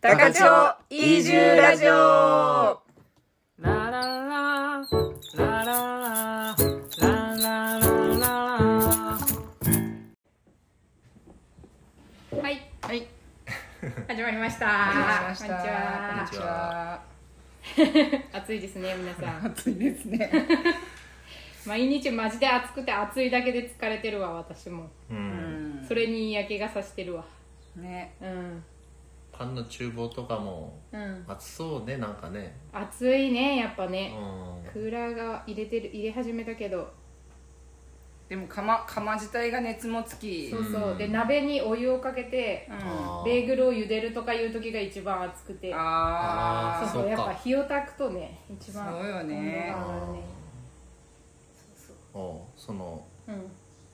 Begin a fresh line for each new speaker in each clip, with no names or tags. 高千穂移住ラジオ
ララララララララララ
はい
はい、
始まりました
始まりました。
こん
こ
に
んにちは。
ちは暑いですね皆さん
暑いですね。
毎日マジで暑くて暑いだけで疲れてるわ私も
うん、
それに嫌気がさしてるわ
ね、
うん
パンの厨房とかも
うん
暑そうねなんかね
暑いねやっぱ
う
ね
ん
クーラーが入れてる入れ始めたけど
でも釜釜自体が熱もつき、
そううそうで鍋にお湯をかけて
ん、
あ
ベーグルを茹でるとかいう時が一番暑くて
あ
ー
そうそ
あ
う
そ
や
っ
っ
か
ぱ火を焚くとね一番
そうよね
温度が上がるね
おうその
うん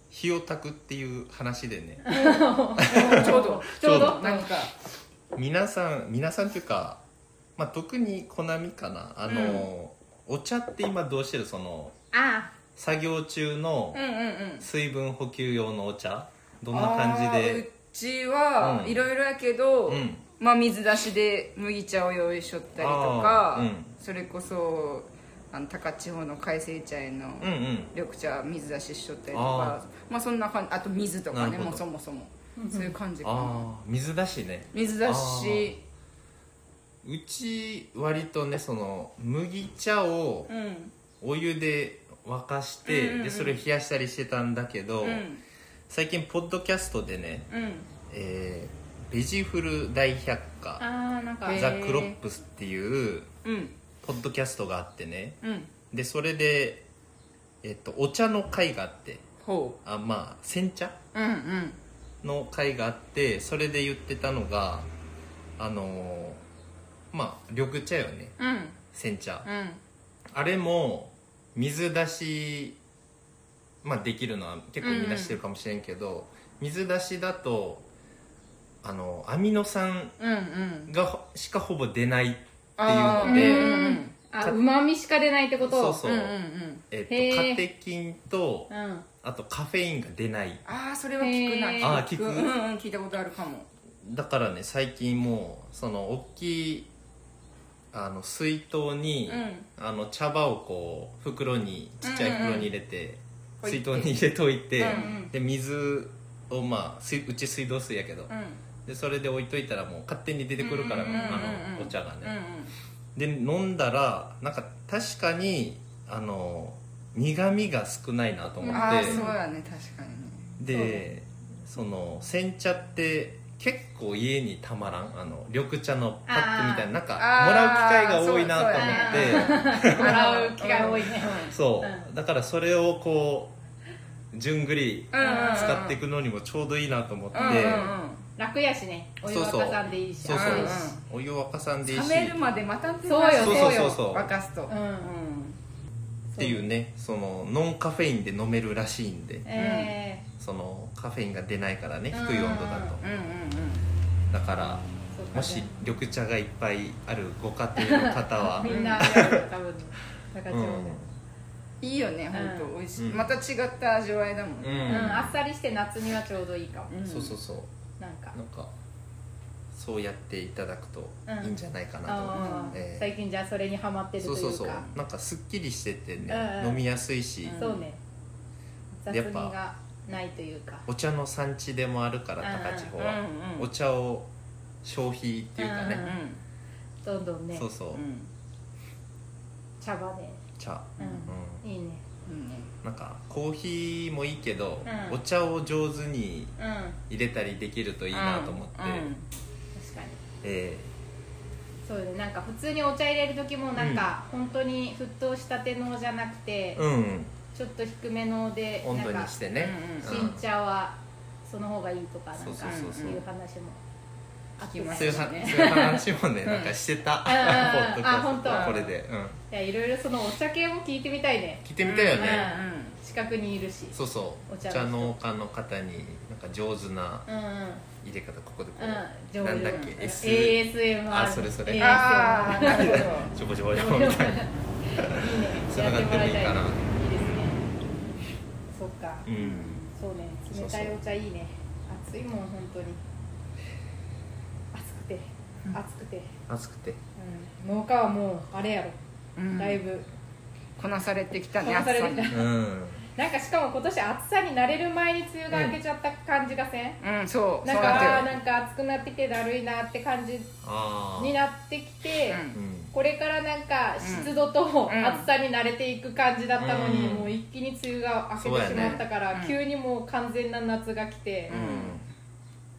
火を焚くっていう話でね
ちょうど
ちょう
ちょ
ど
う
なんか
皆さん皆さんっていうか、まあ、特にコナミかなあの、お茶って今どうしてるその
あ
作業中の
うんうんうん
水分補給用のお茶どんな感じ
あーう
で
ちは
うん
いろいろやけど、
うん
まあ水出しで麦茶を用意しとったりとか、
あーうん
それこそあの高千穂の海星茶園の
うんうん
緑茶水出ししとったりと
あ
か、まあそんな感じあと水とか
な
ね
るほど
もうそもそもそういう感じかな
ああ水だしね
水出
あー
し
うち割とねその麦茶を、
うん
お湯で沸かして、でそれを冷やしたりしてたんだけど、
うん
最近ポッドキャストでね、
うん
えーベジフル大百
あ
科
あーなんか
へー
ザ・クロップスっていう
うん
ポッドキャストがあってね
うん
でそれで、えっとお茶の会があって
ほ
あまあ煎茶
ううんうん
の会があってそれで言ってたのがあのーまあ緑茶よね
うん
煎茶、
うん
あれも水出し、まあ、できるのは結構みんなしてるかもしれんけど、水出しだとあのアミノ酸
うんうん
がほしかほぼ出ないって
あー
いうの
う
うん
で、
んあうまみしか出ないってこと
そうそう、
うんうんうん
えっ
へ
と、
ー
カテキンと
うん
あとカフェインが出ない
ああそれは聞くな
へー
あー聞く
うんうん聞いたことあるかも
だからね最近もうその大きいあの水筒に、
う
あの茶葉をこう袋にちっちゃい袋に入れて、
うんうん
水筒に入れといて、
うん
うん
で水をまあ水うち水道水やけど、
うん
でそれで置いといたらもう勝手に出てくるから、
うんうんうんうん
あのお茶が
うん
ね、で飲んだらなんか確かにあの苦味が少ないなと
う
思
ん
っ
ああ
て、
そうやね確かにね
でその煎茶って結構家にたまらんあの緑茶のパックみたいななんか
あー
もらう機会が多いなと
そ
思
う
って
もらう気が多いね
そう
う
だからそれをこう順繰り
うんうんうん
使っていくのにもちょうどいいなと思って、
うんうん
楽やしねお湯沸かさんでいいし
そうそう、
うんうん
お湯沸かさんでいい
うん
し
冷める
っ
まで待たんてな
そうよ
そうそうそうそう
沸かすとう
うん
ん
ていうねそのノンカフェインで飲めるらしいんで
え
そのカフェインが出ないからね
うん
低い温
うん
度だと
うん
だから
ーそうか
もし緑茶がいっぱいあるご家庭の方 は
みんなやる多分高千
う
穂
ん
で
いいよね本
う
当美味しい
うん
また違った味わいだもん
う
ね
うんんあっさりして夏にはちょうどいいかも
ん
そうそうそう
なんか
なんかそうやっていただくと
うん
いいんじゃないかなと思う、
あ
え
ー
え
最近じゃあそれにハマってるとい
そうう
か
そうそうなんかすっきりしててね、
うんうん
飲みやすいし、
うん
そうね雑
やっ
味
ぱ
がないというか
お茶の産地でもあるから
うんうん
高千
う
穂
ん
は、
うん
お茶を消費っていうか
う
ね、
どんどんね
そうそう、
うん
茶葉ね
茶、
うんいいね
うんね
なんかコーヒーもいいけど、
うん
お茶を上手に
うん確
入れたりできるといいなと思って、
う
かに
え
そうねなんか普通にお茶入れる時もなんか本当に沸騰したてのじゃなくて
えうん
ちょっと低めので
温
な
度
んか
にしてね
な
うん
新茶はその方がいいとかなんか
そうそう
そう
そ
そう
ういう話もあって
聞きま
ま
し
そう
た
いうはそういう話もね、なんかしてた、 ポッドキャスト
あ本当
これで、うん、
いやいろいろそのお茶系も聞いてみたいね
聞いてみたいよね、
んうん
近くにいるし
そうそう
お
お
茶
茶
の人
農家の方になんか上手な
うんうん
入れ方ここでこう、
うん、
なんだっ
上
け
手
S
ASMR
あそれそれ
ASMR
ああなるほど
ちょこちょこちょ
い
こ
い
み
ね
たいな つながってもいい
やっても
かな
らいたいですねそっか
うん
そうね冷たいお茶いいね暑いもん本当に暑くて暑くて、
暑くて
うん、農家はもうあれやろ、
うん
だいぶ
こなされてきたね
こなされてきた
暑
うん
なんかしかも今年暑さに慣れる前に梅雨が明けちゃった感じがせん、
さにうんそう
なん
そう
か
なって
あー
る
なんか暑くなってきてだるいなって感じ
ああ
になってきて、
うん
うん
これからなんか湿度と
うん
暑さに慣れていく感じだったのに、
うん
もう一気に梅雨が明けてしまったから、
そうやね
急にもう完全な夏が来て、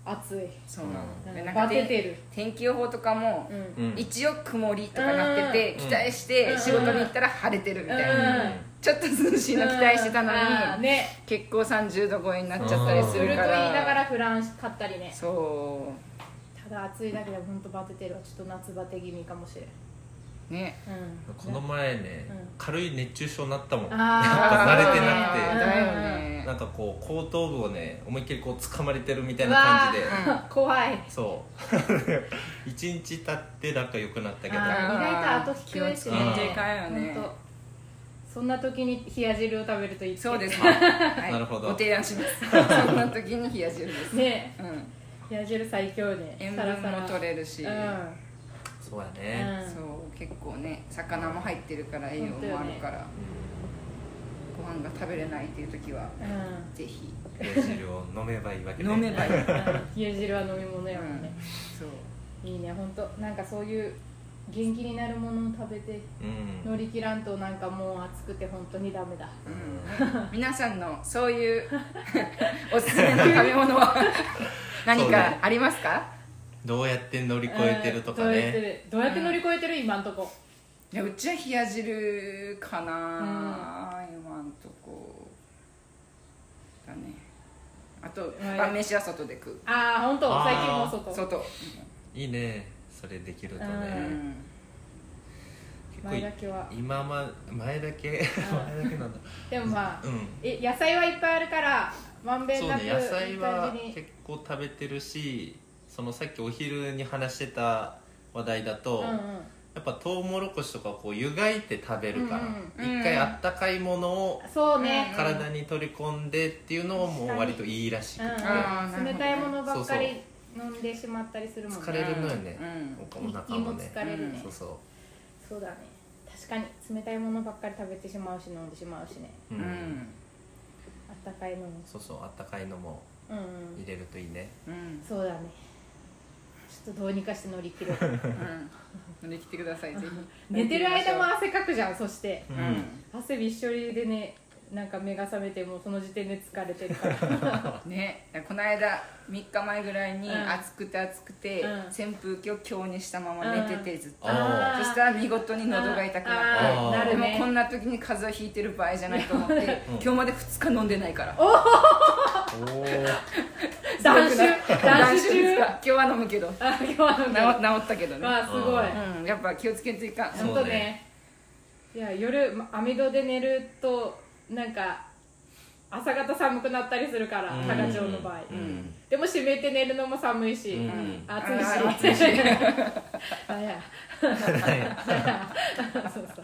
暑い
そうなので
な
なんん
か
か
バテてる、
天気予報とかも
うん
うんうん
一応曇りとかなってて
うん
期待して仕事に行ったら晴れてるみたいな
うん
ちょっと涼しいの期待してたの
あー
に
ね
結構30度超えになっちゃったりす
売
る
ると
か
言いなが
ら
らフランス買ったりね
そ
ただ暑いだけで本当バテてるわちょっと夏バテ気味かもしれん、
うね
うん、
この前ね、
うん
軽い熱中症になったもんやっ
あ
ぱ
ー
慣れてなくて
ね
だよ
な
ね
んかこう後頭部をね思いっきりこう掴まれてるみたいな感じで
う
うん
怖い
そう 一日経ってなんか良くなったけど
あー意外と後引き
気を
で
つ
す
け
よ
ね
ね
ていかんよね
ほんとそんな時に冷や汁を食べるといいって
そうです ね、はい、
なるほど
ご提案しますそんな時に冷や汁です、
ね
うん、
冷や汁最強ね
塩
サラ
分
サラ
も取れるし、
う
そうや
ん、
ね、
うん、
そう結構ね魚も入ってるから栄養もあるから、ご飯が食べれないっていう時は
うん
ぜひ
冷や汁を飲めばいいわけね
飲めばいい、うん、
冷や汁は飲み物やもんね、
そう
いいね本当なんかそういう元気になるものを食べて
うん
乗り切らんとなんかもう暑くて本当にダメだ
うん、皆さんのそういう おすすめの食べ物 は何かありますか、
どうやって乗り越えてるとか
うんどうやって
ね
るどうやって乗り越えてる今んとこ
いやうちは冷や汁かな、今んとこだねあと
はい
晩飯は外で食う
ああ本当
あー
最近も外
外、
いいねそれできると
う
ね
ん、
結構
前
い
だけは
今ま前だけ 前だけなんだ
でもまあ、
うん
え野菜はいっぱいあるからまんべ
そ
ん
う
な
ね
く
野菜はい
い感じに
結構食べてるしそのさっきお昼に話してた話題だと、
うんうん
やっぱトウモロコシとかこう湯がいて食べるから、
う
うんうん
一回あったかいものを
そうね、
うん
体に取り込んでっていうのももう割といいらしく
うん
て、
あー
うん、冷たいものばっか
そう
り飲んでしまったりするもんね
疲れるのよね、
う
お
ん
腹
胃
も
も
ね
疲れるね、
そうそ
そうだね確かに冷たいものばっかり食べてしまうし飲んでしまうしね
う、う
うんん、うん
あったかいのも
そうそうあったかいのも
うん、う
入
ん、
れるといいね、
うん
そうだねちょっとどうにかして乗り切ろ う
うん、できてくださいぜひ
寝てる間も汗かくじゃんそして
う、
うん
汗びっしょりでねなんか目が覚めてもうその時点で疲れてるから
ねこの間3日前ぐらいに
うん
暑くて暑くて、
うん
扇風機を強にしたまま寝ててずっと、
あ
そしたら見事に喉が痛くなって
あー
あー
な
で
る
も
ね
こんな時に風邪をひいてる場合じゃないと思って、今日まで2日飲んでないから
おお
断酒断
断
酒
酒
中
ですか今日は飲むけど治
あ今日の
治
ね
ったけどね、
まあすごい
あ
うん、やっぱ気をつけていかん
そう
本当ねいや夜ま網戸で寝るとなんか朝方寒くなったりするから多賀町の場合、
うん
でも閉めて寝るのも寒いし、
うん
暑い
あ
し
ー
暑いしなんや
はい
そうそ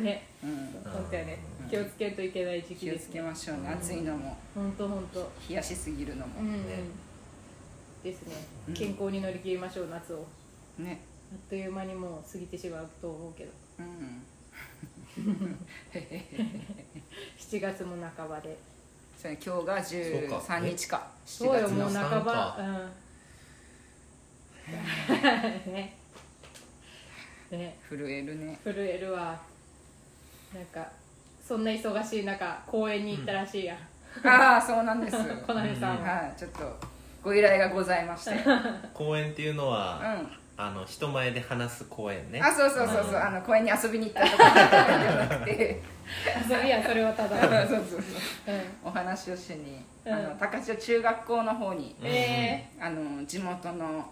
う ね
うん、
本当やね気をつけんといけない時期
気を
で
つ
す
け
ね
ましょうね暑いのも
本当本当
冷やしすぎるの
う
も
ん、うん
ね
ですね
うん
健康に乗り切りましょう夏を
ね
あっという間にもう過ぎてしまうと思うけど
うん
7月も半ばで
それ今日が
そうか
13日か7
そうよ
月
も
の
う
三
半ば
か
うん ねね
震えるね
震えるわなんかそんな忙しい中公園に行ったらしいや、
ああそうなんです
ん、こなみさんは、
はいちょっとご依頼がございまして、うん、
公園っていうのは、
あ
あの人前で話す公園ね
そうそうそうそう、
ん
あの公園に遊びに行ったとかじゃなく て
遊びやそれはた
そう
だ、
そうそう
うん、
お話をしに、
うん
あの高千穂中学校の方に、
うん
え
あの地元の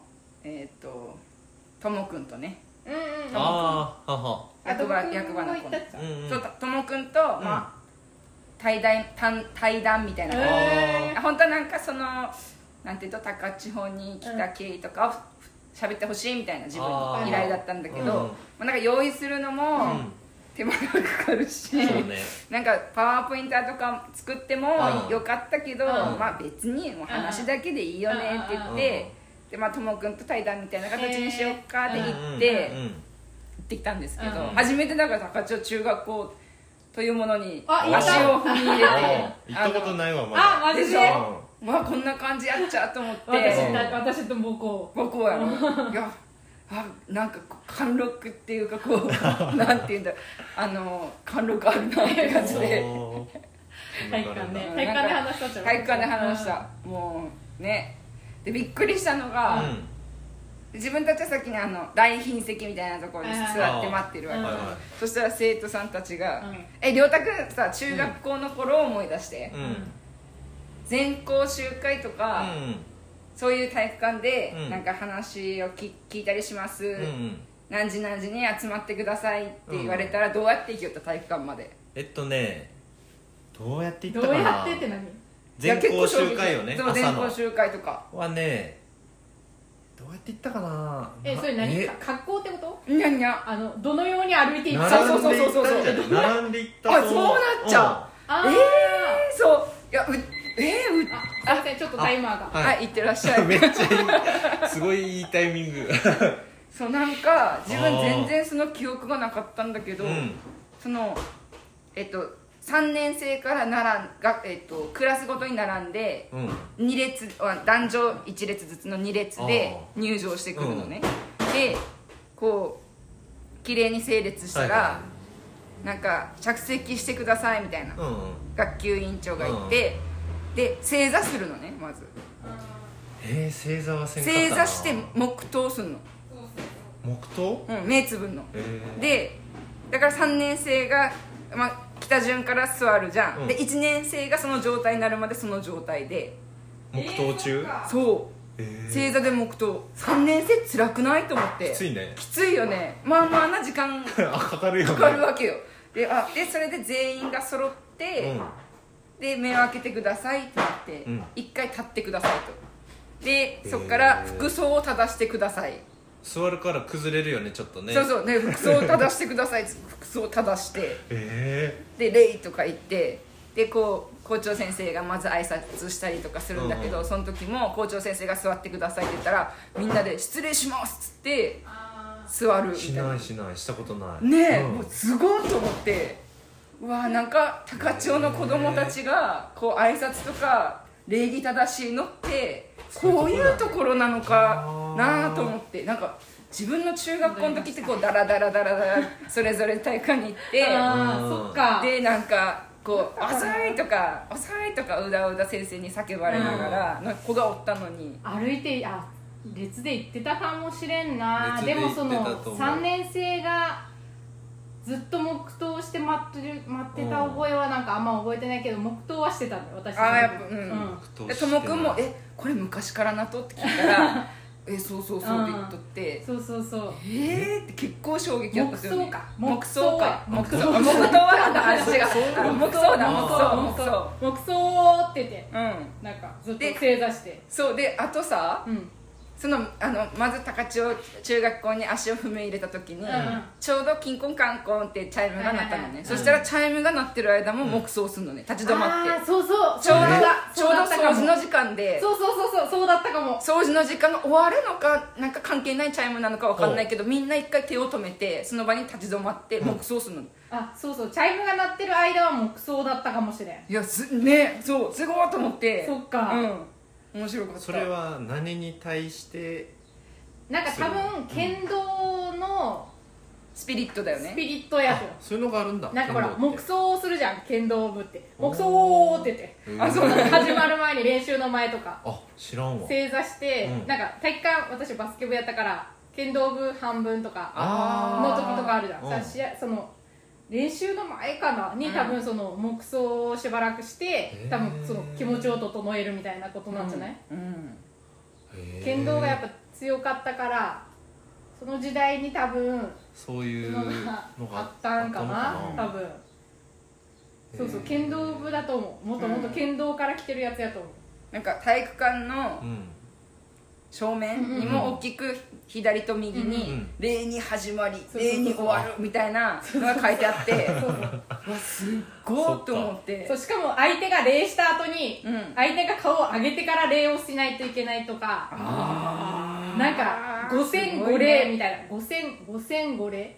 えっ、とともくんとね
ー、うんうんうん
ああはは
あ
役場役
僕も
場の
行
子
った
の
っちゃ
うんうん
そうともくんと、まあ対談対対談みたいな、
えー
本当はなんかそのなんていうと高千穂に来た経緯とかを喋ってほしいみたいな自分
あ
ー
の依頼だったんだけど、
うん
まあ、なんか用意するの
う
も
ん
手間がかかるし、
そうね
なんかパワーポインターとか作っても
うん
よかったけど、
うん
まあ別にもう話だけでいいよねって言って、でまあともくんと対談みたいな形にしよっかって言
うん
って、
うん
行ってきたんですけど、
うん
初めてだから高千穂中学校というものに
あ
行っ
足
た
を踏み入れて
うん行ったことないわまだ
あマジで
でしょうわこんな感じやっちゃと思って
私な私と母校
僕はやろいやあなんかこう貫禄っていうかこうなんて言うんだあの貫禄あるなって感じで
おー
体育館ね
うん
体育館で話したじゃん
体育館で話した、もうねでびっくりしたのが、自分たちは先にあの大賓席みたいなところに座って待ってるわけ、
はいはい
はい
そしたら生徒さんたちが「
うん
え亮太君さ中学校の頃を思い出して、
うんうん
全校集会とか、そういう体育館で
うん
なんか話をき聞いたりします、
うんうんうん
何時何時に集まってくださいって言われたらどうやって行きよった体育館まで
えっとねどうやって
ど
行った
う
か
や
な
ってって何
全校集会よね
いや結構衝撃そう
朝
全
の
校集会とか
はねどうやって行ったかな
えそれ何
え
か格好ってこと
にゃんにゃん
あのどのように歩いていくか
そう
並
そうそ
んで行っ
う
た
そう
んじゃない並んで行ったと思
あそうなっちゃ
あ
え
ー
えー、そういやうえー、う
あすいませんちょっとタイマーが
あはい
はい行ってらっしゃい
うん めっちゃいいすごいいいタイミング
そうなんか自
あ
分
ー
全然その記憶がなかったんだけど、
うん
そのえっと3年生から並んが、えっと、クラスごとに並んで
うん
2列あ男女1列ずつの2列で
あ
入場してくるのね、でこう綺麗に整列したら、
はいは
なんか着席してくださいみたいな、
うんうん
学級委員長がいて、で正座するのねまず
えー、正座はせんかったな
正座して黙祷するの、
黙祷
うん、目つぶんの
えー
でだから3年生が、まあ、来た順から座るじゃん、
うん
で1年生がその状態になるまでその状態で
黙祷中
そう、
え
正座で黙祷3年生辛くないと思って
きついね
きついよねまあまあな時間 か
あかかるよね
かるわけよであでそれで全員が揃って、で目を開けてくださいってなって、
うん
一回立ってくださいとでそこか
へ
ら
ー
服装を正してください、
座るから崩れるよねちょっとね
そうそうね服装を正してください 服装を正して
え
で「礼」とか言ってでこう校長先生がまず挨拶したりとかするんだけど、
うん
その時も校長先生が座ってくださいって言ったらみんなで「失礼します」っつって座る
え
み
した
いな
ないしないしたことない
ねえ、
うん
もうすごいと思ってうわなんか高千穂の子供たちがこう挨拶とか礼儀正しいのってこういうところなのかなと思ってなんか自分の中学校の時ってこうダラダラダラダラそれぞれ体育館に行って
あ
う
ー
ん
そっか
でなんかこ う「遅い」とか「遅い」とかうだうだ先生に叫ばれながら、なんか子がおったのに
歩いてあ列で行ってたかもしれんな
列
で
で行
も
ってた
そ
と思う
の3年生がずっと黙祷して待ってる待ってた覚えはなんかあんま覚えてないけど黙祷はしてたんだよ私
あーやっぱうん
どう
で
して
と
な
もくんも「えこれ昔からなと?」って聞いた ら「えそうそうそう」って言っとって。
そうそうそう
えーって結構衝撃やったですよね
木
木
葬
葬
か
か
木
木
葬
葬木葬は あ違う
木
木
葬
葬だ木
だ
葬
木
木葬
葬木葬って言って
うん
なんかずっと
で
正座して
そうであとさ
うん
そのあのまず高千穂中学校に足を踏み入れた時に、
ん
ちょうど「キンコンカンコン」ってチャイムが鳴っ
は
たのね、
いはいはい
そしたらチャイムが鳴ってる間も黙想するのね立ち止まって
あーそうそう
ちょうど
そうだ
ちょうど掃除の時間で
そうそうそうそうそうだったかも
掃除の時間が終わるのかなんか関係ないチャイムなのかわかんないけどみんな一回手を止めてその場に立ち止まって黙想するの、
あそうそうチャイムが鳴ってる間は木葬だったかもしれん
いやすねそうすごいと思って
そっか
うん面白かった
それは何に対して
なんか多分剣道の
スピリットだよ
ス
ね
ピリットやと、
そういうのがあるんだ
なんかほら
剣道っ
黙
て
想をするじゃん剣道部って黙想って言って
えー
あそうなんだ
始まる前に練習の前とか
あ知らんわ
正座して、
うん
なんか体育館私バスケ部やったから剣道部半分とかの
あ
時とかあるじゃん
うん
さ試合その練習の前かなに多分その黙想をしばらくして
ー
多分その気持ちを整えるみたいなことなんじゃない、
うん
ーへー
剣道がやっぱ強かったからその時代に多分
そういう
の
の
が
が
あったんかな
あったの
多分そうそう
へー
剣道部だと思うもっともっと剣道から来てるやつやと思う
なんか体育館の
うん
正面にも大きく左と右
う
に
ん
「礼に始まり
そうそうそう
礼に終わる」みたいなのが書いてあっ て
そうそう
うわすっご
そっ
い
か
と思っ
そう
て
しかも相手が礼した後に
うん
相手が顔を上げてから礼をしないといけないとか
あ
なんか五千
すご
五
いね
礼みたいな五千五千五礼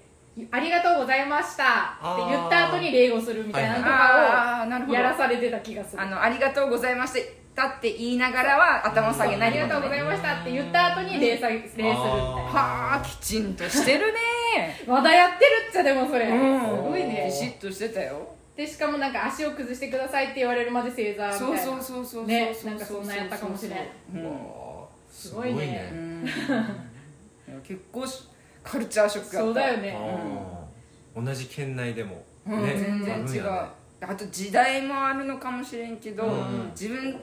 ありがとうございましたって言った後に礼をするみたいなのと
あーな
かを
るほど
やらされてた気がする
あのありがとうございましたって言いながらは頭下げな
あ
い
りがとうございましたって言った後に礼さ礼するみたい
あ
な
はあきちんとしてるね
まだやってるっちゃでもそれ、
うん
すごいね
ビシッとしてたよ
でしかもなんか足を崩してくださいって言われるまで正座みたいな
そうそうそうそう
ねなんかそんなやったかもしれん
わーす
ごいね
うんいや結構しカルチャーショックやった
そうだよね
あー同じ県内でも、
うん
ね
全然
あるん
違
や
う、
ね
あと時代もあるのかもしれんけど、
うん
自分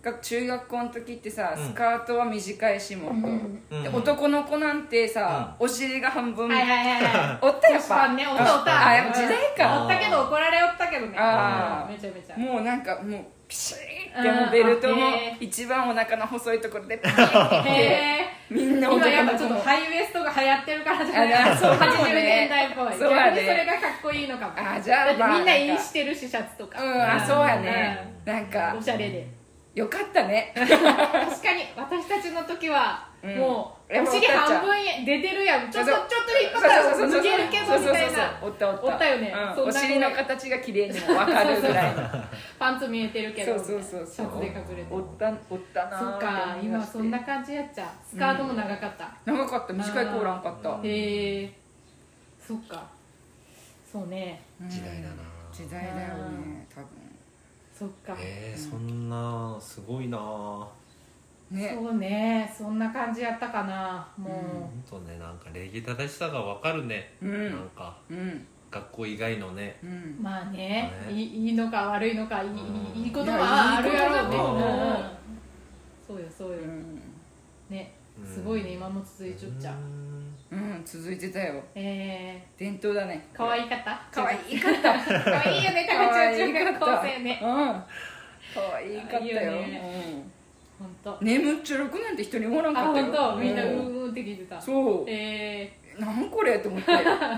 が中学校の時ってさ
うん
スカートは短いしもっと、
うん
で男の子なんてさ、お尻が半分、
はいはいはいはい
おったやっ
確
ぱ
かにねおったおった
あやっぱ時代
お
か
ったけど怒られおったけどね
あー
めちゃめちゃ
もうなんかもうピシーってもうベルト
うん
も
あへー
一番お腹の細いところでピシーって
へえ
みんな
今や
男
っ
の
ぱち
子
ょっと
も
ハイウエストが流行ってるからじゃない
あ そうかも
80
ね
年代っぽい
そうやね
逆にそれがかっこいいのかも
あじゃあ
だってみんなイ
い
ンしてるしシャツとか
うんあそうやねなんか
おしゃれ で
よかったね
確かに私たちの時は
うん
もう
え
お尻半分出てるやんちょっとちょっと引っ張ったら
そうそうそうそう
抜けるけどみたい
そうそう
な
そうおったおった
おったよね
うん
そん
お
な子
尻の形が綺麗にも分かるぐらい
パンツ見えてるけどみたいなシ
そうそうそうそ
ャツ
う
で隠れて
お
る
ったおったな
そっか
ーって思いま
今
して
そんな感じやっちゃうスカートも長かった
長かった短い子おらんかった
あー
うん
へえそっかそうね
時代だな
時代だよね多分
そっか
えー、そんなすごいなほ
ね
そうねそんな感じやったかなも
んとねなんか礼儀正しさがわかるね、
う
なん
ん
か
うん
学校以外のね
う
う、
ん
まあね
ね
いいいいのか悪いのかいい,、
うん
いいことはあるやろうけど
いやいいことだ
ね
と
そうよそうよ、
うん
ね
うん
すごいね今も続いちょっちゃう、
うん
うん続いてたよ
え
伝統だね
ー、かわいかった
かわいい
かったかわいいよね高
可
千
愛
穂中
か
学
った
高生ね
うん可愛いかった
いいよ
よ
本当
う。ん眠っちょろくなんて一人もおらん
あ
かったよ
本当みんなう
うん
うんって聞いてた
そう
え
なんこれと思って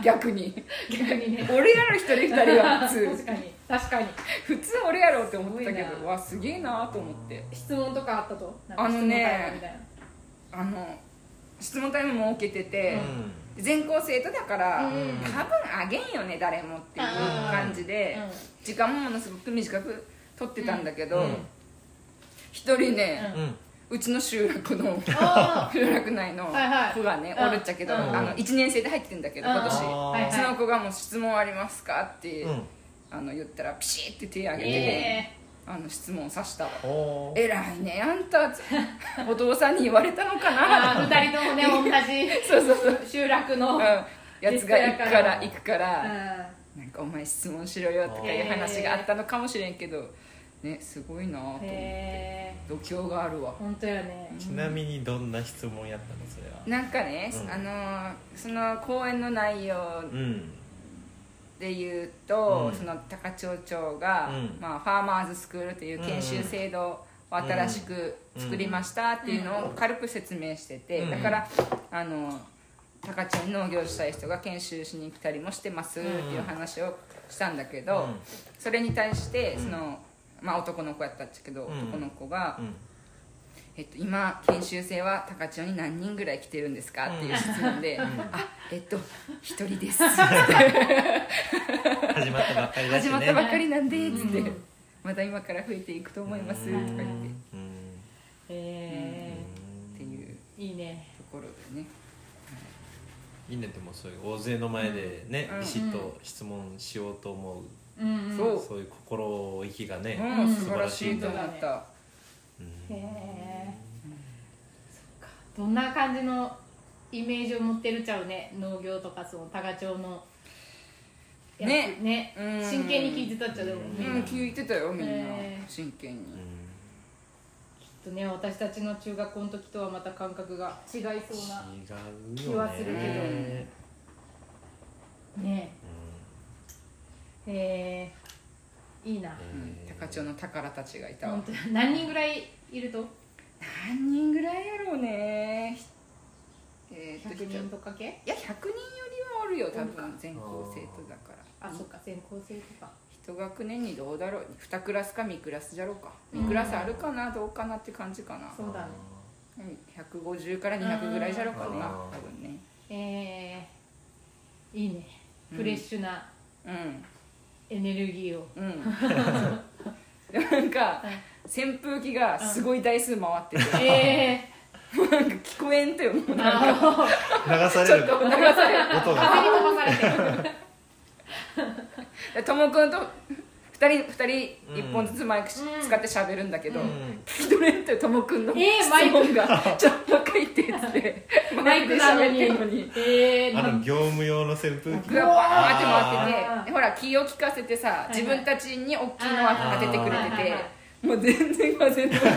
逆に
ー、逆にね
俺やろ一人二人は普
確
通
かに確かに
普通俺やろって思ってたけ
すごい
ど
な
わすげえなと思って
質問とかあったとなんか
あのね
質問会話みたいな
あの質問タイムも設けてて、
うん
全校生徒だから、
うん
多分あげんよね誰もっていう感じで、
うん
時間もものすごく短く取ってたんだけ
う
ど
ん
一、人ね、
うん
うちの集落の
あ
集落内の
はいはい
子がね、
うん
おるっちゃけど、
うん
あの1年生で入ってんだけど
うん
今年、
あ
ー
はいはい
その子がもう質問ありますかって、
うん
あの言ったらピシッて手挙
ー
げて、
え
あの質問さしたわ
おー
偉いねあんたお父さんに言われたのか
ー、あー
な
二人ともね
そうそうそう、
同じ集落の、う
う、
んん、
やつが行くから行くから、
あ
なんかお前質問しろよとかいう話があったのかもしれんけどねすごいなぁと思っ
ー
て
へ
度胸があるわ
ー本当やね
ちなみにどんな質問やったのそれは
なんかね、
うん
あのーその講演の内容
うん
で言うと、
うん
その高千穂町が、
うん
まあ、ファーマーズスクールという研修制度を新しく作りましたっていうのを軽く説明してて、
うん
だからあの高千穂に農業したい人が研修しに来たりもしてますっていう話をしたんだけど、
うん
それに対して
うん
その、まあ、男の子やったんですけど、
うん
男の子が、
うん
えっと、今研修生は高千穂に何人ぐらい来てるんですかっていう質問で、あえっと一人です
始まったばっかりだ
始
しね
まったばっかりなんでっつって、
うん
また今から増えていくと思いますと
う
か
ん
言ってっ
うん
え
ていう
ー、いいね
ところでね
みんなでもそういう大勢の前でね、
うん
ビシッと質問しようと思う、
うん、うん、
そう
そういう心意気がね、
うん、
うん
素晴らしいと思った、
うん
へえそっかどんな感じのイメージを持ってるちゃうね農業とかその高千穂のやつ
ね
ね
うん
真剣に聞いてたっちゃうでも
う
ね、
ん聞いてたよみんな、
へー
真剣に、
ちょっとね私たちの中学校の時とはまた感覚が違いそうな
うん違うよね
気はするけど
うん
ねえー、いいな
うん高千穂の宝たちがいたわ
本当何人ぐらいいると
何人ぐらいやろうねえーっと
100人とかけ
いや100人よりはあるよ多分全校生徒だから
あそっか全校生とか
一学年にどうだろう2クラスか3クラスじゃろうか3クラスあるかなどうかなって感じかな
そうだね
う150から200ぐらいじゃろうかな
うん
多分ね
えー、いいねフレッシュな
うん
エネルギーを、
うん でもなんか
はい
扇風機がすごい台数回ってて
え
なんか聞こえんって思う
ー、あ
流さ
ちょ
れ
っ
る
と
音
流される
あ
が
焦り飛ばされてる
でともくんと2人二人
うん
1本ずつマイクし
うん
使って喋るんだけど、
うん
聞き取れんってともくんの
えーマイク
質問が「ちょっともう一回言って」っつってマ
マ
イ
イ
ク
ク
で
なの
喋っ
に
てるのに。
えー、
あ
な
の業務用の扇風機
僕がバーって回って
あ
て
ー
でほら気を利かせてさ
いはい
自分たちに大きいのは当ててくれ
あーはい
て
はいはい
てもう全然が全然私が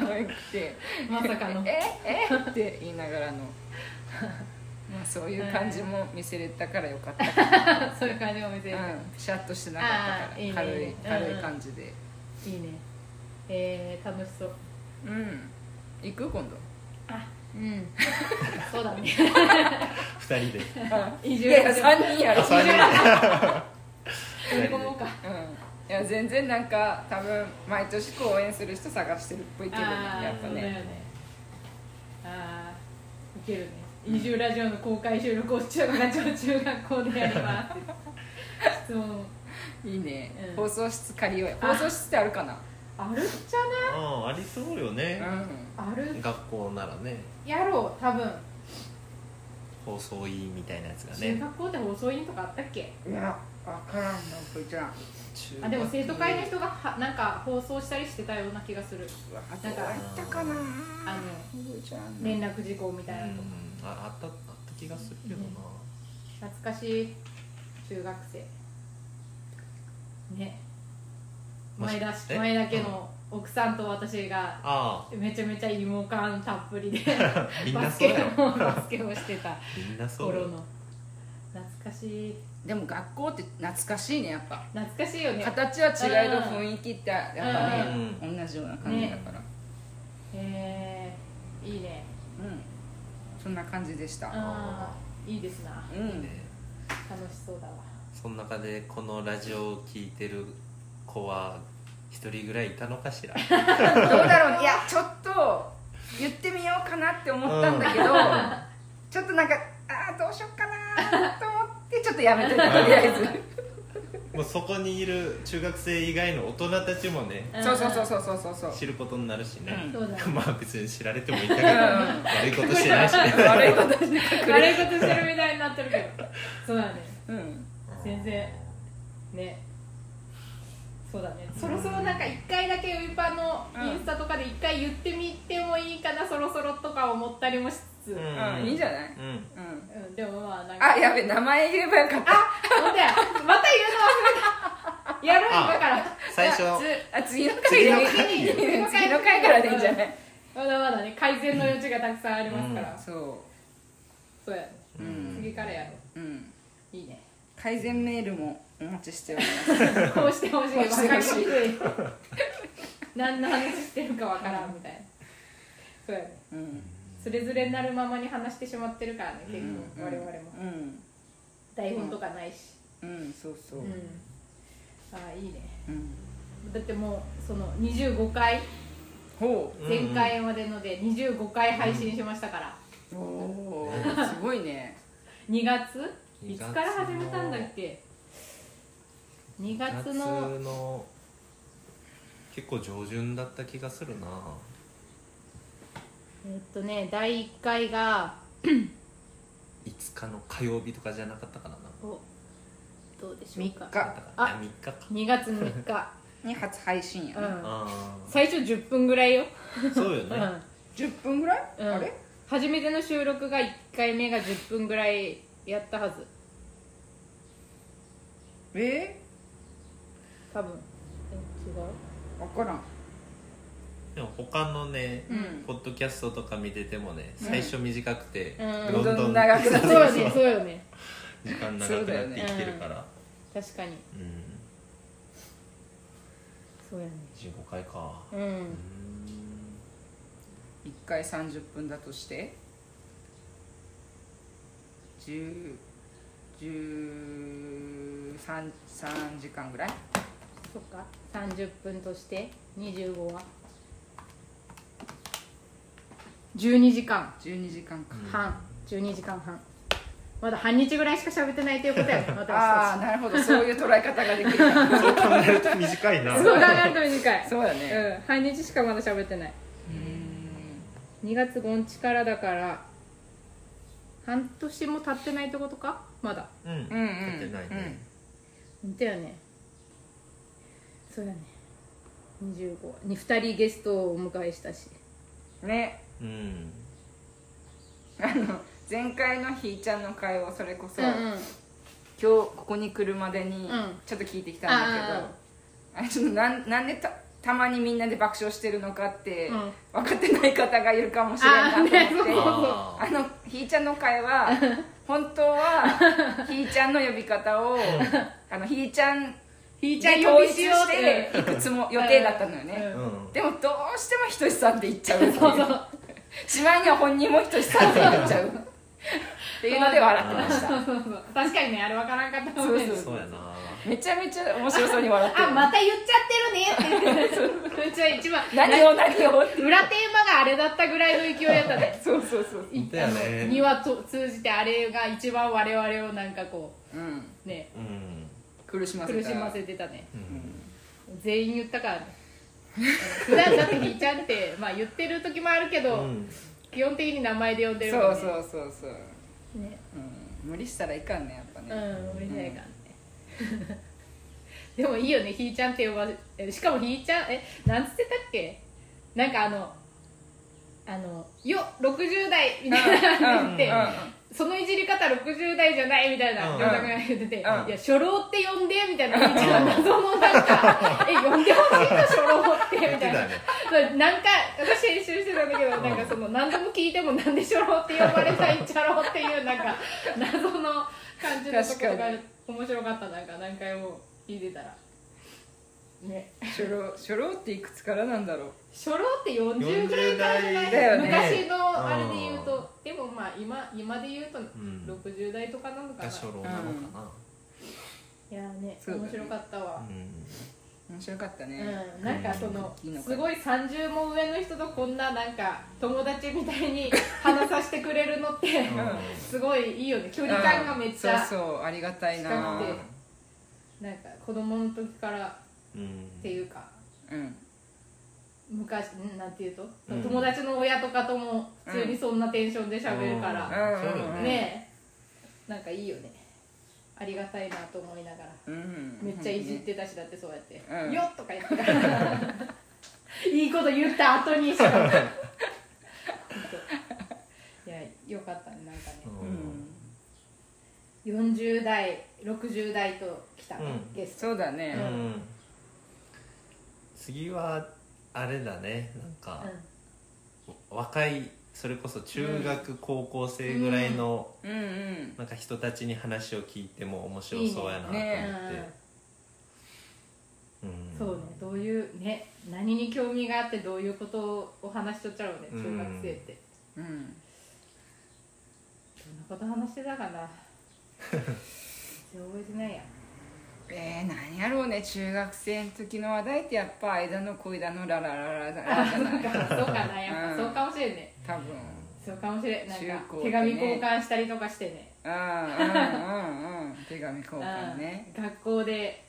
聞こえなくて
まさか
「
の
ええって言いながらのまあそういう感じも見せれたからよかったか
そういう感じを見せる
な、うん、シャッとしてなかった
あ
か
ーいい
ら
ね
軽い
うん
軽
う
い
ん
感じで
いいねえー、楽しそう
うん行く今度
あうんそうだね
二人で
移
い
住
やいや3人やろ
あ三人で
乗り込もうか
うんいや全然なんか多分毎年公演する人探してるっぽいけどね
ああ
やっぱ
そうだよ
ね
ねああいけるね移住ラジオの公開収録を中学校中学校でやります質問
いいね、
うん
放送室借りようよ
あ
放送室ってあるかな
あるんじゃ
あありそうよね
う
ないある
学校ならね
やろう多分
放送委員みたいなやつが
中
ね
学校で放送委員とかあったっけ
んいや分からんなこいつら
あでも生徒会の
人
人がはなんか放送したりしてたような気がする
あとあったかな
あの
こいつら
連絡事項み
う
たいなの、
んああったあった気がするけどな
懐かしい中学生ね
もし
前田
え
前田家の奥さんと私が
あ
めちゃめちゃ芋感たっぷりで
あみん
バ
な
ス
そう
ケ
だよ
をバスケをしてた
みんなそう
頃
だよ
の懐かしい
でも学校って懐かしいねやっぱ
懐かしいよね
形は違えど雰囲気ってやっぱね
う
同じような感じだから
えー、いいね
うんそんな感じでした
あーいいですな
うん
ね
楽しそうだわ
その中でこのラジオを聞いてる子は一人ぐらいいたのかしら
どうだろうねいやちょっと言ってみようかなって思ったんだけどちょっとなんかああどうしようかなと思ってちょっとやめてたとりあえず
もうそこにいる中学生以外の大人たちもね
そうそうそうそうそうそうそう
知ることになるしね、
そうだね
まあ別に知られてもい いんだけど
うん
悪いことしてないしね
悪いことして
悪いことしてるみたいになってるけどそうだね
うん
全然ねそうだねそろそろなんか1回だけウイパのインスタとかで1回言ってみてもいいかな、そろそろとか思ったりもしつつ、うん
うんいいんじゃない
うん
うん
でもまあなんか
あやべ名前言えばよかった
ほんでまた言うの忘れたやろう今から
最初
つあ次の回でいい
次の回
うん次の回からでいいんじゃない
まだまだね改善の余地がたくさんありますから、
う
そ
そうやね
うう
次
ん
からやろ
うん
ういいね
改善メールもお待ちしております
こうしてほしい
こう
分
し
か
て
り
ほ
に
しい
くい何の話してるか分からんみたいなそうやね
うん
それぞれになるままに話してしまってるからね結構我々も
うん
台本とかないし
うんそうそううん
ああいいね
うん
だってもうその25回
ほ
うん
前回までので25回配信しましたから
うおーすごいね
2月
2
いつから始めたんだっけ2
2
月の
月の結構上旬だった気がするな
えっとね第1回が
5日の火曜日とかじゃなかったかななんか
おどうでしょう
3
か
だった
日
か
あ
な3日か
2月3日、
に初配信や
う
ね
ん、
あ
最初10分ぐらいよ、
あそうよ
う
ね
ん
10分ぐらい
うん
あれ
初めての収録が1回目が10分ぐらいやったはず
え
多分
ーわからん
でも他のね
うん
ポッドキャストとか見ててもね最初短くて
うん
どんど
どんどん
ん
長く
違
な
うそうよねそうよね
時間長くなっていってるから
確かに
うん
そうやね
15回か
う
うんん
1回30分だとして10 13 3時間ぐらい
そっか30分として25は12時間
12時間か
半12時間半まだ半日ぐらいしか喋ってないということやね私
ああ
た
なるほどそういう捉え方ができ るから
そう考えると短いな
ちすごい考えると短い
そうだ
う
ね
ん半日しかまだ喋ってない2月5日からだから半年も経ってないってことかまだ
うんうん
うんうん
立ってないね
だよねそうだね25に2人ゲストをお迎えしたし
うんね
うん
あの前回のひーちゃんの会をそれこそ、
ん
今
ん
日ここに来るまでに
うん
ちょっと聞いてきたんだけど、あれちょっとなんなんでたたまにみんなで爆笑してるのかって、
うん
分かってない方がいるかもしれんなと思って
あーねそうそうそう
あ
あのひーちゃんの 会は本当はひーちゃんの呼び方をあのひーちゃん
ひー
ひ
ちゃん呼びし
し
ようって
ていくつも予定だったのよね、
ーうん
でもどうしてもひとしさんって言っちゃうっていうしまいには本人もひとしさんって言っちゃうっていうので笑ってました
そうそう確かにねあれわからんかったもんね
そうそう
そうやな
めちゃめちゃ面白そうに笑ってる
あまた言っちゃってるねって言ってうちは一番
何を何をって
裏テーマがあれだったぐらいの勢いやったね
そうそうそう
本当やね
にはと通じてあれが一番我々をなんかこ
うん
うね
うん
苦しませ
苦
た
しませてたね
うん
全員言ったからね普段だってひーちゃんって、まあ、言ってる時もあるけど、
うん
基本的に名前で呼んでるも
そ
ん
う
ね
そうそうそう、
ね
うん、無理したらいかんねやっぱ
う
ね、
ん俺じゃないかんね でもいいよねひーちゃんって呼ばえしかもひーちゃんえなんつってたっけなんかあのあのよ60代みたいなの言って、
うんうんうん
そのいじり方60代じゃないみたいな
うん
良太君が言ってて、いや
ん
初老って呼んでみたいなひーちゃんが謎のなん かえ呼んでほしいの初老ってみ
言ったて
いな
たね
そうなんか私練習してたんだけどなんかその何度も聞いてもなんでしょろって呼ばれたいんちゃろうっていうなんか謎の感じのところが
確
面白かったなんか何回も聞いてたらね
初老初老っていくつからなんだろう
初老って40ぐらいからじゃない、
40代だ
よね
昔のあれで言うと、でもまあ今今で言うと
ん
60代とかなのかな、
多少老なのかない
やーね
そうだね
面白かったわ、
うん
面白かったね、
うん、なんかその
いいのかな
すごい30も上の人とこんななんか友達みたいに話させてくれるのって、
うん
すごいいいよね距離感がめっちゃ
そうそうありがたいな
近くなんか子供の時から
うん
っていうか
うん
昔んなんていうと、
うん
友達の親とかとも普通にそんなテンションで喋るか
う
ら、
んそうよ
うん
ね
ねえなんかいいよねありがたいなと思いながら
うん
めっちゃいじってたしだってそうやって「
うん
よっ!」とか言ってたからいいこと言った後にし かも本当いやよかったねなんかね、
う
うん
ん
40代60代と来た、
うん
ゲスト
そうだ
う
ね、
ん次はあれだねなんか
うん
若いそれこそ中学高校生ぐらいの
うん、うん
なんか人たちに話を聞いても面白そうやなと思って
いいね
ね
うん
そうねどういうね何に興味があってどういうことをお話しとっちゃろうね中学生って、
うん
どんなこと話してたかな全然覚えてないや
えー、何やろうね中学生の時の話題ってやっぱ間の恋だのララララだ じゃない
だからそうかなやっぱ
うん
そうかもしれんね
多分
そうかもしれんなん
中
か
高って
手
ね
紙交換したりとかしてね
うんうんうんうん手紙交換ね
うん学校で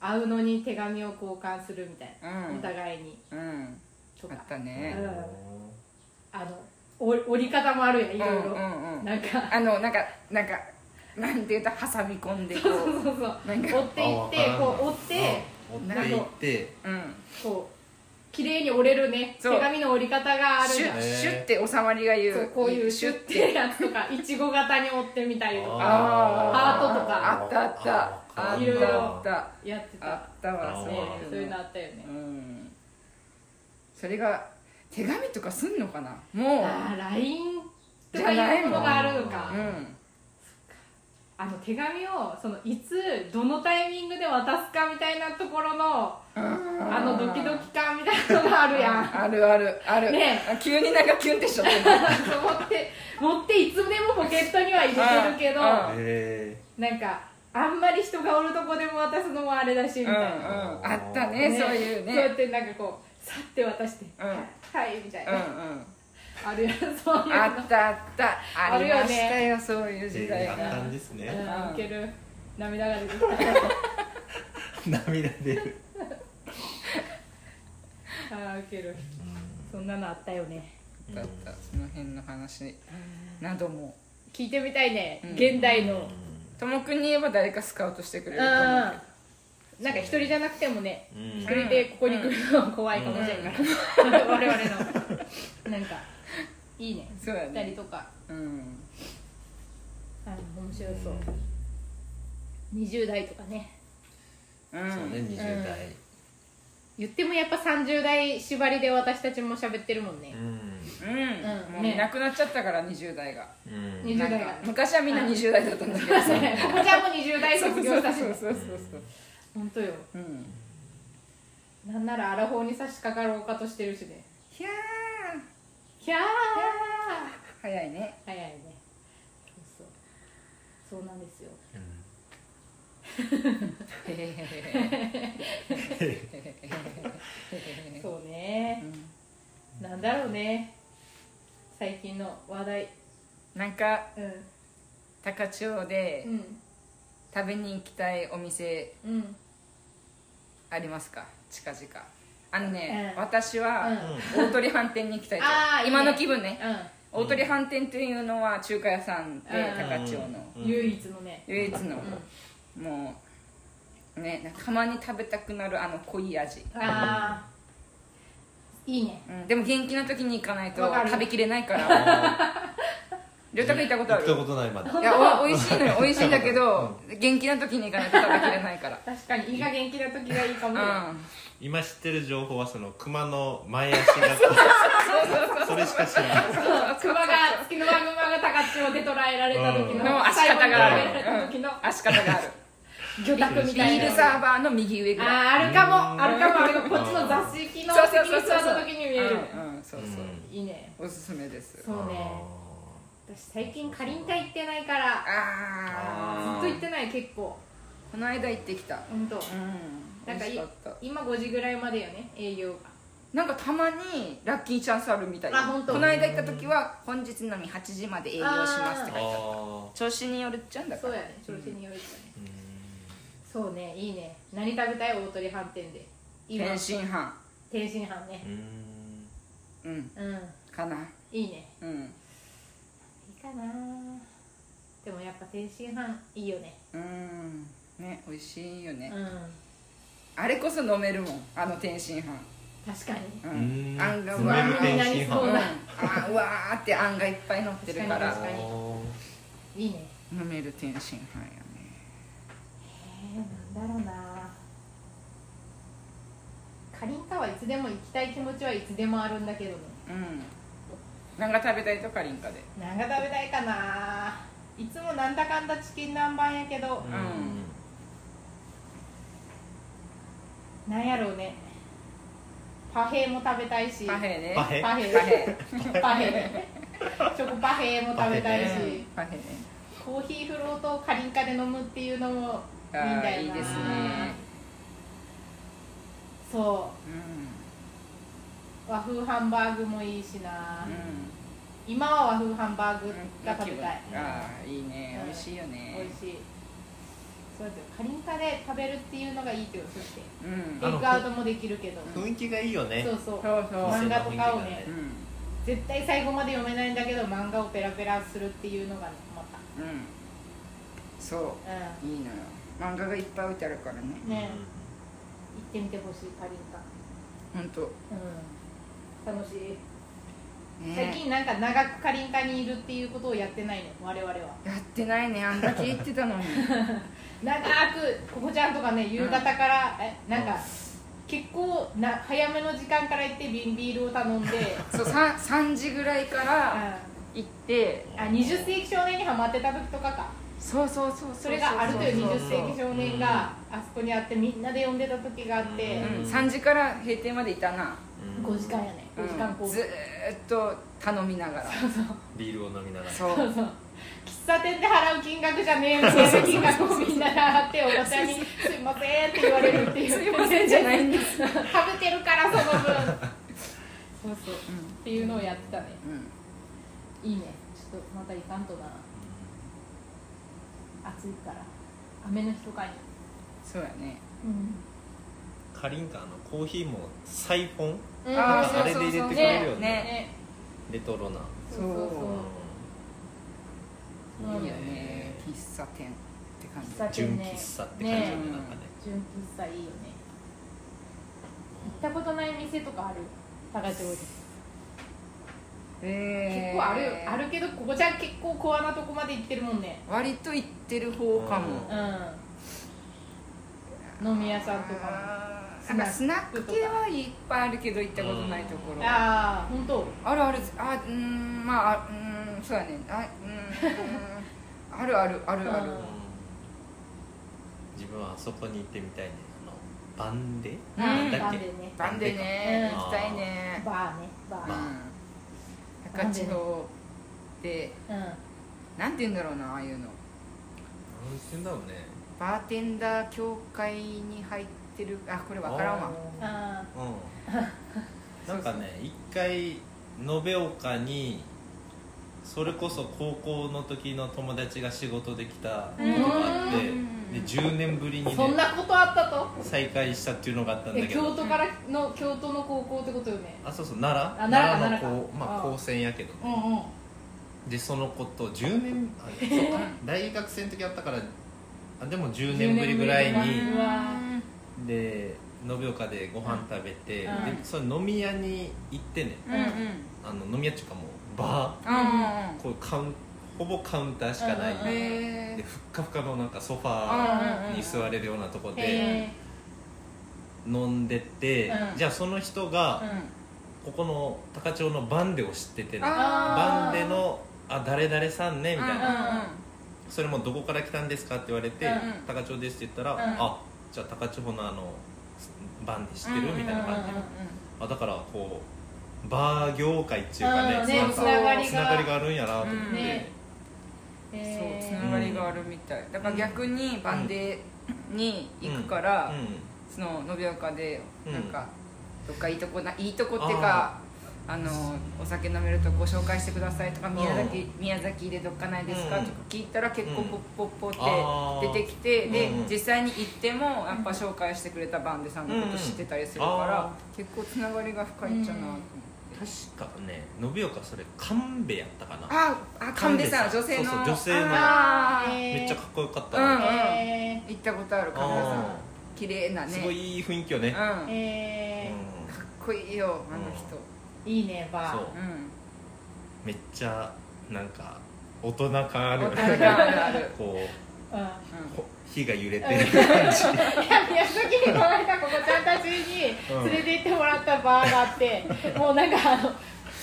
会うのに手紙を交換するみたいな、
うん
お互いに
うん
と
あ
か
った
うん
ね
あの折折り方もあるやんいろいろ、
うんうんうん
なんか
あのなんかなんかなんていうと挟み込んでこう
そうそうそう
な
折
ん
っ
か
ていってこう折って
うん追っていって
うん
こう綺麗に折れるね手
そう
紙の折り方があるじ
シュ
ゃん
ッ
ね
シュッて収まりが言う
そうこういうシュッてやつとかいちご型に折ってみたりとか
あ
ハートとか
あったあったあ
あ
っ
いろいろ
たあった
やってた
あったわそう
ねそう
い
いう
う
の
の
あったよね
うんそれが手紙とかすんのかなも
ああ LINE とかいうものがあるのか
ううん
あの手紙をそのいつどのタイミングで渡すかみたいなところの
あ
あのドキドキ感みたいなのがある やん
あるあるある
ね
あ急になんかキュンってしちゃってる
そう持って持っていつでもポケットには入れてるけど
うんうん
へ
なんかあんまり人がおるとこでも渡すのもあれだ しみ
う
た
んう
い
ん
な、
あったねそういう
そうや
ね
ってなんかこうさって渡して、
うん
はいみたい
うんう
な、
ん
あるよそういうの
あったあったあ
ある
り
よね
ましたよそういう時代
えーあった
が
んですね
うんいける涙が出てき
涙出る
たああウケるそんなのあったよね
うん
だったその辺の話なども
聞いてみたいね、
うん
現代の、
ともくんに言えば誰かスカウトしてくれると思う
うんなんか一人じゃなくてもね
うん
一人でここに来るのは怖いかもしれない、 我々のなんかいいね
そうだ
二
ね
人とか
けどうん
あの面白そう、20代とかね
う
そうね
ん
20代
言ってもやっぱ30代縛りで私たちも喋ってるもんね
う、ん
うんもう
ね
いなくなっちゃったから20代が
うん
20代が
なんか昔はみんな20代だったんだけど
ここちゃんも20代
そうそ
卒業
うそ
し
う
たし
そうそうそう
本当よ
うん
なんならアラフォーに差し掛かろうかとしてるしね
ひゃー
キャー
早いね
早いねそうそうそうなんですよそうねなんだろうね最近の話題
なんか
う
高千穂で
ん
食べに行きたいお店
うんうん
ありますか近々あのね、
うん
私は大鳥飯店に行きたいと、
あーいいね
今の気分ね
う
大鳥飯店というのは中華屋さんで
うん
高千穂の
ん唯一のね
唯一の
うん
もうねたまに食べたくなるあの濃い味、
ああいいね
うん、でも元気な時に行かないと
わかる
食べきれない からりょうたくん行ったことあ
行った
る
ことないまだ
いやお美味しいのよ美味しいんだけど元気な時に行かないと食べきれないから
確かに胃が元気な時がいいかもね
うん
今知ってる情報はその熊の前足がこうそれしか知らない
熊が月のマグマが高千穂で捕らえられた時
うん
の
の足
最後
方
に
が
ら
あ
れ
る
た時の
足方がある
魚拓み
ビ
たいな
ールサーバーの右上ぐらい
あーあるかもあるかもあるかもこっちの雑席の席に座った時に見える
うんうんそうそう、
う
いいね
おすすめです
そうね私最近かりんと行ってないからず
ああ
っと行ってない結構
この間行ってきた
ほんと
うん
なんかい
美味しった
今5時ぐらいまでよね営業が
なんかたまにラッキーチャンスあるみたい
あ本当
この間行った時は本日のみ8時まで営業しますって書いてあっ
あ
た調子によるっちゃうんだか
そう
ら
やね調子によるからねそうねいいね何食べたい大鳥飯店で今
天津飯
天津飯ね
うん
うん
うん
かない
いね
うん
いいかなでもやっぱ天津飯いいよね
うんね美味しいよ
う
ね、
ん
あれこそ飲めるもんあの天津飯
確かに
うん
うん
あんが
飲
わ
め
ー
る天津飯
みんなにそう
うん、
だ
あーうわーってあんがいっぱい乗ってるか
あ
ら
確かにいいね
飲める天津飯やね
えー、なんだろうなかりんかはいつでも行きたい気持ちはいつでもあるんだけどね
うん何が食べたいとかリンカで
何が食べたいかないつもなんだかんだチキン南蛮やけど
うん
なんやろうねパフェも食べたいし
パフェね
パフェ
パフェ
パ
パ
フェ
フェチョコパフェも食べたいし、
うんパフェね
コーヒーフロートをかりんかで飲むっていうのもいいん
あ
だよな
ーいいですね
そう和風ハンバーグもいいしな、
ん
今は和風ハンバーグ
うん
が食べたい、
ああいいね
うん
美味しいよね
美味しいそうやってかりんかで食べるっていうのがいいってことそして
うん
テイクアウトもできるけど、
雰囲気がいいよね
そうそう
そうそう
漫画とかをね
うん
絶対最後まで読めないんだけど漫画をペラペラするっていうのがねま
うんそ
た、う
ういいのよ漫画がいっぱい置いてあるからね
ん、ね、行ってみてほしいかりんか、
本当
うん、楽しい最
ね
近なんか長くかりんかにいるっていうことをやってないの我々は
やってないねあんだけ言ってたの に
長くここちゃんとかね夕方から、えなんか結構な早めの時間から行って瓶ビールを頼んで
そうさ3時ぐらいか
うん
ら
あ
行って
20世紀少年にハマってた時とかか
そうそうそううう
それがあるという20世紀少年
うん
があそこにあってみんなで呼んでた時があって
うん3時から閉店までいたな
うん
5時間やね5時間こう、
ずーっと頼みながら
ビールを飲みながら
そう
喫茶店で払う金額じゃねえみたいな金額をみんなで払っておばちゃんに「すいません」って言われるっていう
すいませんじゃないんです
食べてるからその分そうそう、っていうのをやってたねいいねちょっとまた行かんとな暑いから雨の日とかに
そうやね
うん
カリンカあのコーヒーもサイフォン
あ
あれで入れてくれるよね
ね
ね
レトロな、
そうそう
そう
そう
いいよね喫茶店って感じ
喫茶
純
店ね
喫茶って感じだね
ね
え
なんかね
純喫茶いいよね行ったことない店とかある高千穂で
え
結
ー
構あるよあるけどここじゃ結構コアなとこまで行ってるもんね
割と行ってる方かも
うん飲み屋さんとか
あ
スナ
ー
ックとか
なんかスナック系はいっぱいあるけど行ったことないとこ
も
ろあ
ああ本当
るあるあうーんまああうーんそうやねあうー んあるあるあるある
うん
自分はあそこに行ってみたいねあのバンデ
うん
なんだ
バン
っ
で
け
ね
なんでね
うん
行きたいね
バーねバ
バ
うん高千穂で
ーうん
なんて言うんだろうなああいうの
何してんだろうね
バーテンダー協会に入ってるあこれ分からんわ
あ
うんなんかね一回延岡にそれこそ高校の時の友達が仕事できたことがあって
うん
で10年ぶりに、
ー
ね、
そんなことあったと
再会したっていうのがあったんだ
え
け
京
ど
都からの京都の高校ってことよね
あそうそう奈良
あ奈良
の
奈良
こ
か
う、まあ、
あー
高専やけど、
うんうん
でその子と10年あそうか大学生の時やったからあでも10年ぶりぐらい
10年ぶりぐ
に
らいわ
で延岡でご飯食べて、
うん
でその飲み屋に行ってね
うんうん
あの飲み屋っていうかもうバ
うん
ーこうカウンほぼカウンターしかない、
うん
うん
うん
へ
で
え
ふっかふかのなんかソファーに座れるようなとこで
へ
飲んでて、
うん
じゃあその人
う
が
ん
ここの高千穂のバンデを知っててね
あ
バンデの「あ誰々さんね」みたいな、
う
それも「どこから来たんですか?」って言われて「
うん
高千穂です」って言ったら「
ん
あじゃあ高千穂のあのバンデ知ってる?」みたいな感じ
うん
で
うんうん、
あだからこうバー業界っていうかね,、
うんね
なん
つ
か
ながりが
つながりがあるんやなと思って、
うん
ね
んうん
え
そうつ
ー
ながりがあるみたいだから逆にバンデに行くから
う
その延岡で
うん
なんかどっかいいとこないいとこってかあのお酒飲めるとこ紹介してくださいとか宮崎宮崎でどっかないですか
うん
とか聞いたら結構
うん
ポッポッポっ
あー
て出てきてで
うん
実際に行ってもやっぱ紹介してくれたバンデさんのこと知ってたりするから結構つながりが深いんじゃなと思って
ん、確かね延岡それ神戸やったかな
ああ神戸さん女
神戸さん
性の
そうそう女性の
あー
えー
めっちゃかっこよかった
うん
な、
え
行ったことある神戸さん
あ
綺麗な
ー
ね
すごいいい雰囲気よ
うん
ね、
か
ー
っ
うん
え
こいいよあの人
ーいいねバー
そう
うん
めっちゃなんか大人感あ
大
る
人感あるある
こ
うん
う
う
ほ火が揺れてる感じ
いや宮崎にこの間ここちゃんたちに
うん
連れて行ってもらったバーがあってもうなんかあの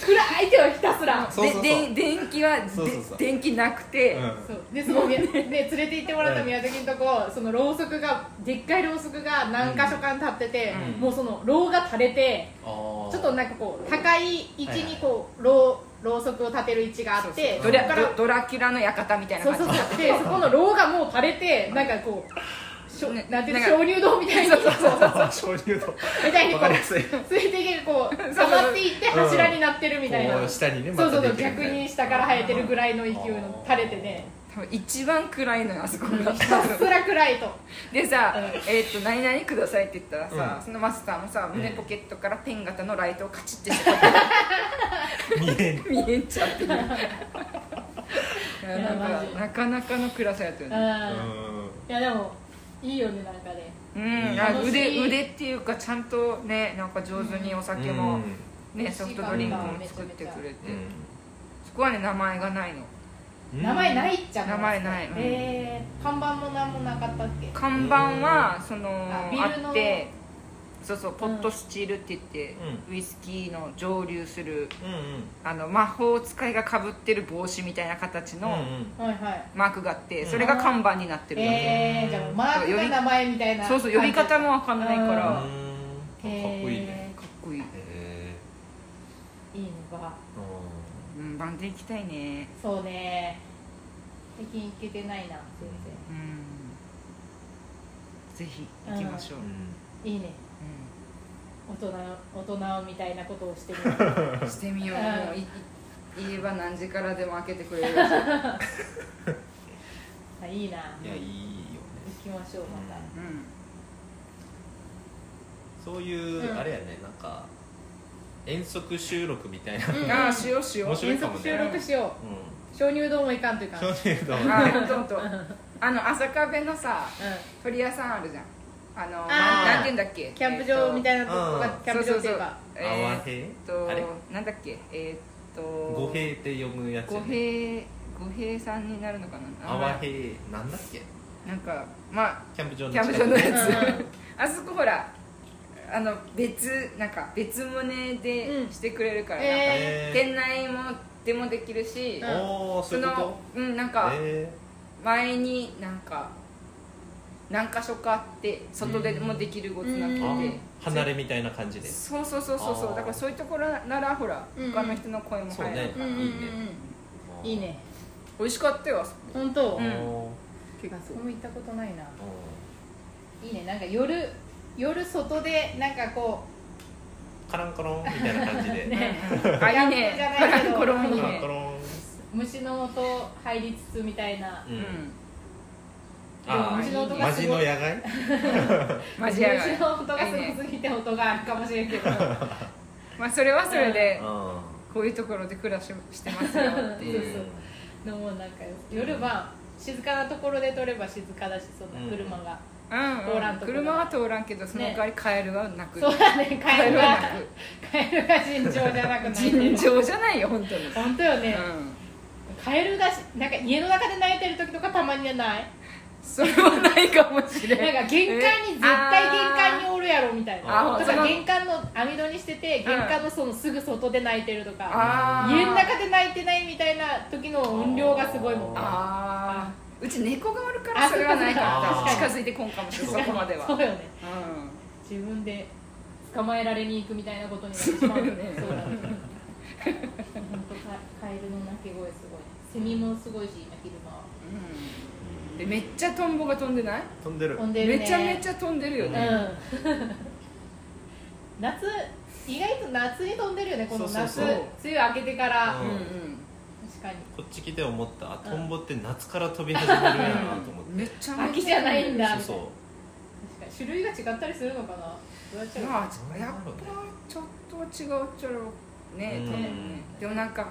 暗いけどひたすら
そうそうそう
ででん電気はで
そうそうそう
電気なくて、
うん
そうでそのね連れて行ってもらった宮崎のとこそのろうそくがでっかいろうそくが何か所かに立ってて、
うん
もうそのろうが垂れて
あー
ちょっとなんかこう高い位置にこうろうろうそくを立てる位置があ
そう
っ
そう
て
ド
そこ
ラ
か
ド
ら
ドラキュラの館みたいな
そう
感じ
そうそうでそこのろうがもう垂れてなんかこうしょ
ね
なんていうの
なんか
鍾乳洞みたいにそうそうそう
あ鍾乳洞
みたいに
わ
こ
か
う
りやすい
水滴がこう溜まっていって柱になってるみたいな、
こう下にね
そうそうそ
また
う
出てるみ
逆
たいな
に下から生えてるぐらいの勢いの垂れてね
多分一番暗いのよあそこが
ひたすら暗いと
でさ
うん
「えっと何々ください」って言ったらさ、
うん
そのマスターもさ
ん
胸ポケットからペン型のライトをカチッてして
見えん
見えんちゃ うっていういやなん
マジ
かなかなかの暗さやったよ
うん
ね
いやでもいいよねなんかね
うん、あ
楽し
腕
い
腕っていうかちゃんとねなんか上手にお酒
う
も
ん、
ね、ソフトドリンクも作ってくれて、そこはね名前がないの
うん
名前ないっちゃ
名前ないうん
えー、看板も何もなかったっけ
看板はその
あ
あ
ビルの
ってそうそうポットスチールって言って、ウイスキーの蒸留する
うんうん
あの魔法使いがかぶってる帽子みたいな形
うん
の
うん
はいはい
マークがあって、
うん
それが看板になってるだけ、
えー、じゃあマークが名前みたいな
そうそう呼び方もわかんないから
う
かっ
んかっこいいね
ね
こいい、
へ
いいのか
ー
うん、バンデ行きたいね
そうね最近行けてないな全
うんぜひ行きましょう、
うん
然いいね
う
大人大人みたいなことをしてみる
してみようもういい言えば何時からでも開けてくれる
あいいない
やいいよね
行きましょうまた、
う
うん
そういう、
うん
あれやねなんか遠足収録みたいな、
うん
ああしようしよう
面
あ
白い
遠
かも
足
ね
収録しよ
う
う鍾乳洞もいかんといかん
ん、鍾乳洞
あほんとほんとあの朝壁のさ鳥屋さんあるじゃんあの
あー
なんなんて言うんだっけ
キャンプ場み
い
たいなとこが
うん
キャンプ場っていうか
泡塀あれ
なんだっけえーっと
五平って読むやつ
五
やね
平五平さんになるのかな
泡塀なんだっけ
なんかまあ
キャンプ場の
キャンプ
近く
場のやつ、
うん
あそこほらあの別なんか別胸
う
で
ん
してくれるから、なんか
え
え
店内もでもできるし、
うん
ー、おお
そ
そういうこ
のうんなん
と
か
え
前になんか何か所かあって外でもできるごつなくて、
う
ー、
ん
あ
で
離れみたいな感じで
そうそうそうそうそ
あ
う
ー
だからそういうところならほら
うん
他の人の声も
そう
入る、
ね
うんうんうんうんいいね
美味しかったよあそこ
本当、
お
うん
ー
あそこも行ったことないな
お
いいねなんか夜夜外でなんかこ
ーカランコロンみたいな感じで、
うね
あいいね
キ
カ
ャン
ラ
プじゃないけ
ン
ど
コロンいい
カラン
ね
コロン
虫の音入りつつみたいな
う、
うんん
あ
虫の音
あ
が
マ
す
ジ
ご
の
い
野外
マジやがい
虫の音がす
いい
ご
ね
すぎて音があるかもしれんけど
まあそれはそれで
うん
こういうところで暮らししてますよっていう
そうそうでもなんか夜は静かなところで撮れば静かだしそんな車が、
うん
通らん
う
と
ん、
こ
車は通らんけどその代わりカエルはなく、
そうだね
カ
カ
エ
エ
ル
ル
は
が
なく
カエルが尋常じゃなくなって
尋
る
常じゃないよ本当に、
本当よ
う
ね、
ん、
カエルがしなんか家の中で泣いてる時とかたまにはない
それはないかもしれん
なんか玄関に絶対玄関におるやろみたい
あ
なと
ー
そ
か
の
玄関の網戸にしてて玄関のそのすぐ外で泣いてるとか
あー
家の中で泣いてないみたいな時の音量がすごいもん
あ
あーうち猫がおるか
あ
らそれはない
そ
か
っ
ら
か
近づいてこんかもしれないそこまでは
そうよね
うん
自分で捕まえられに行くみたいなことになってしまうよ ねそうだね本当カカエルの鳴き声すごいセミもすごいし今昼間は
うんでめっちゃトンボが飛んでない
飛んでる
飛んでるね
めちゃめちゃ飛んでるよね
うん夏意外と夏に飛んでるよねこの夏
そうそう
そう
梅雨明けてから、
う
うんん
確かに
こっち来て思ったあトンボって夏から飛び始めるんやなと思っ
う
て
んめっちゃめちゃ
秋じゃないんだ
そうそ
確かに種類が違ったりするのかなどうやっちゃうの
まあやっぱちょっとは違うっちゃろうね
うん
多分ねでもなんか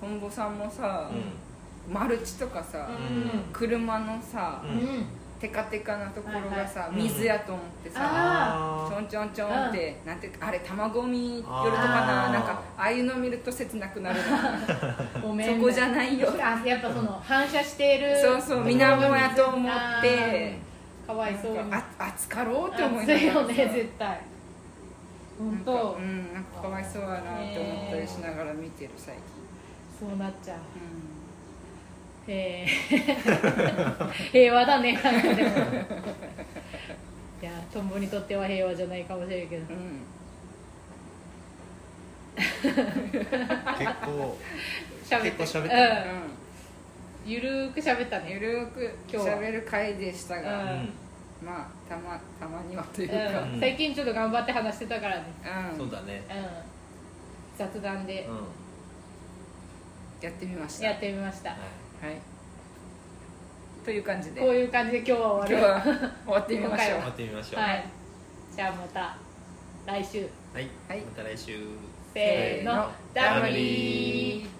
トンボさんもさ
う
マルチとかさ
うん
車のさ
う
うん、うん
テカテカなところがさ
はいはい
水やと思って
うん
さちょんちょんちょんってなんてあれ卵見よるとか
あー
ななんかああいうの見ると切なくなるな
ごめん
そこじゃないよ
あやっぱその反射している
そうそう水面やと思って
かわいそうに
あ暑かろうって思いな
熱
がら
いよね
さ
絶対本当、
なんかうんなんかかわいそうやなって思ったりしながら見てる最近、
そうなっちゃう
う
へえ 平和だねなんかでもいやトンボにとっては平和じゃないかもしれんけど
んうん
結構
喋
結構喋っ
ったた、うん、
う
ゆるーく喋った
ん、ゆ
ね
るく
今日は
喋る回でした
う
が、
うん
まあたまたまにはというか、うん
うん、最近ちょっと頑張って話してたからね、
そうだね
うん、雑談で
うんは
やってみました
やってみました、
はいという感じで
こういう感じで今日は
今
終わ
日
る
は終わってみまし
今
ょう
回
い待ってみましょう
はいじゃあまた来週
はい
はい
また来週
せーの
せーの
ダブリー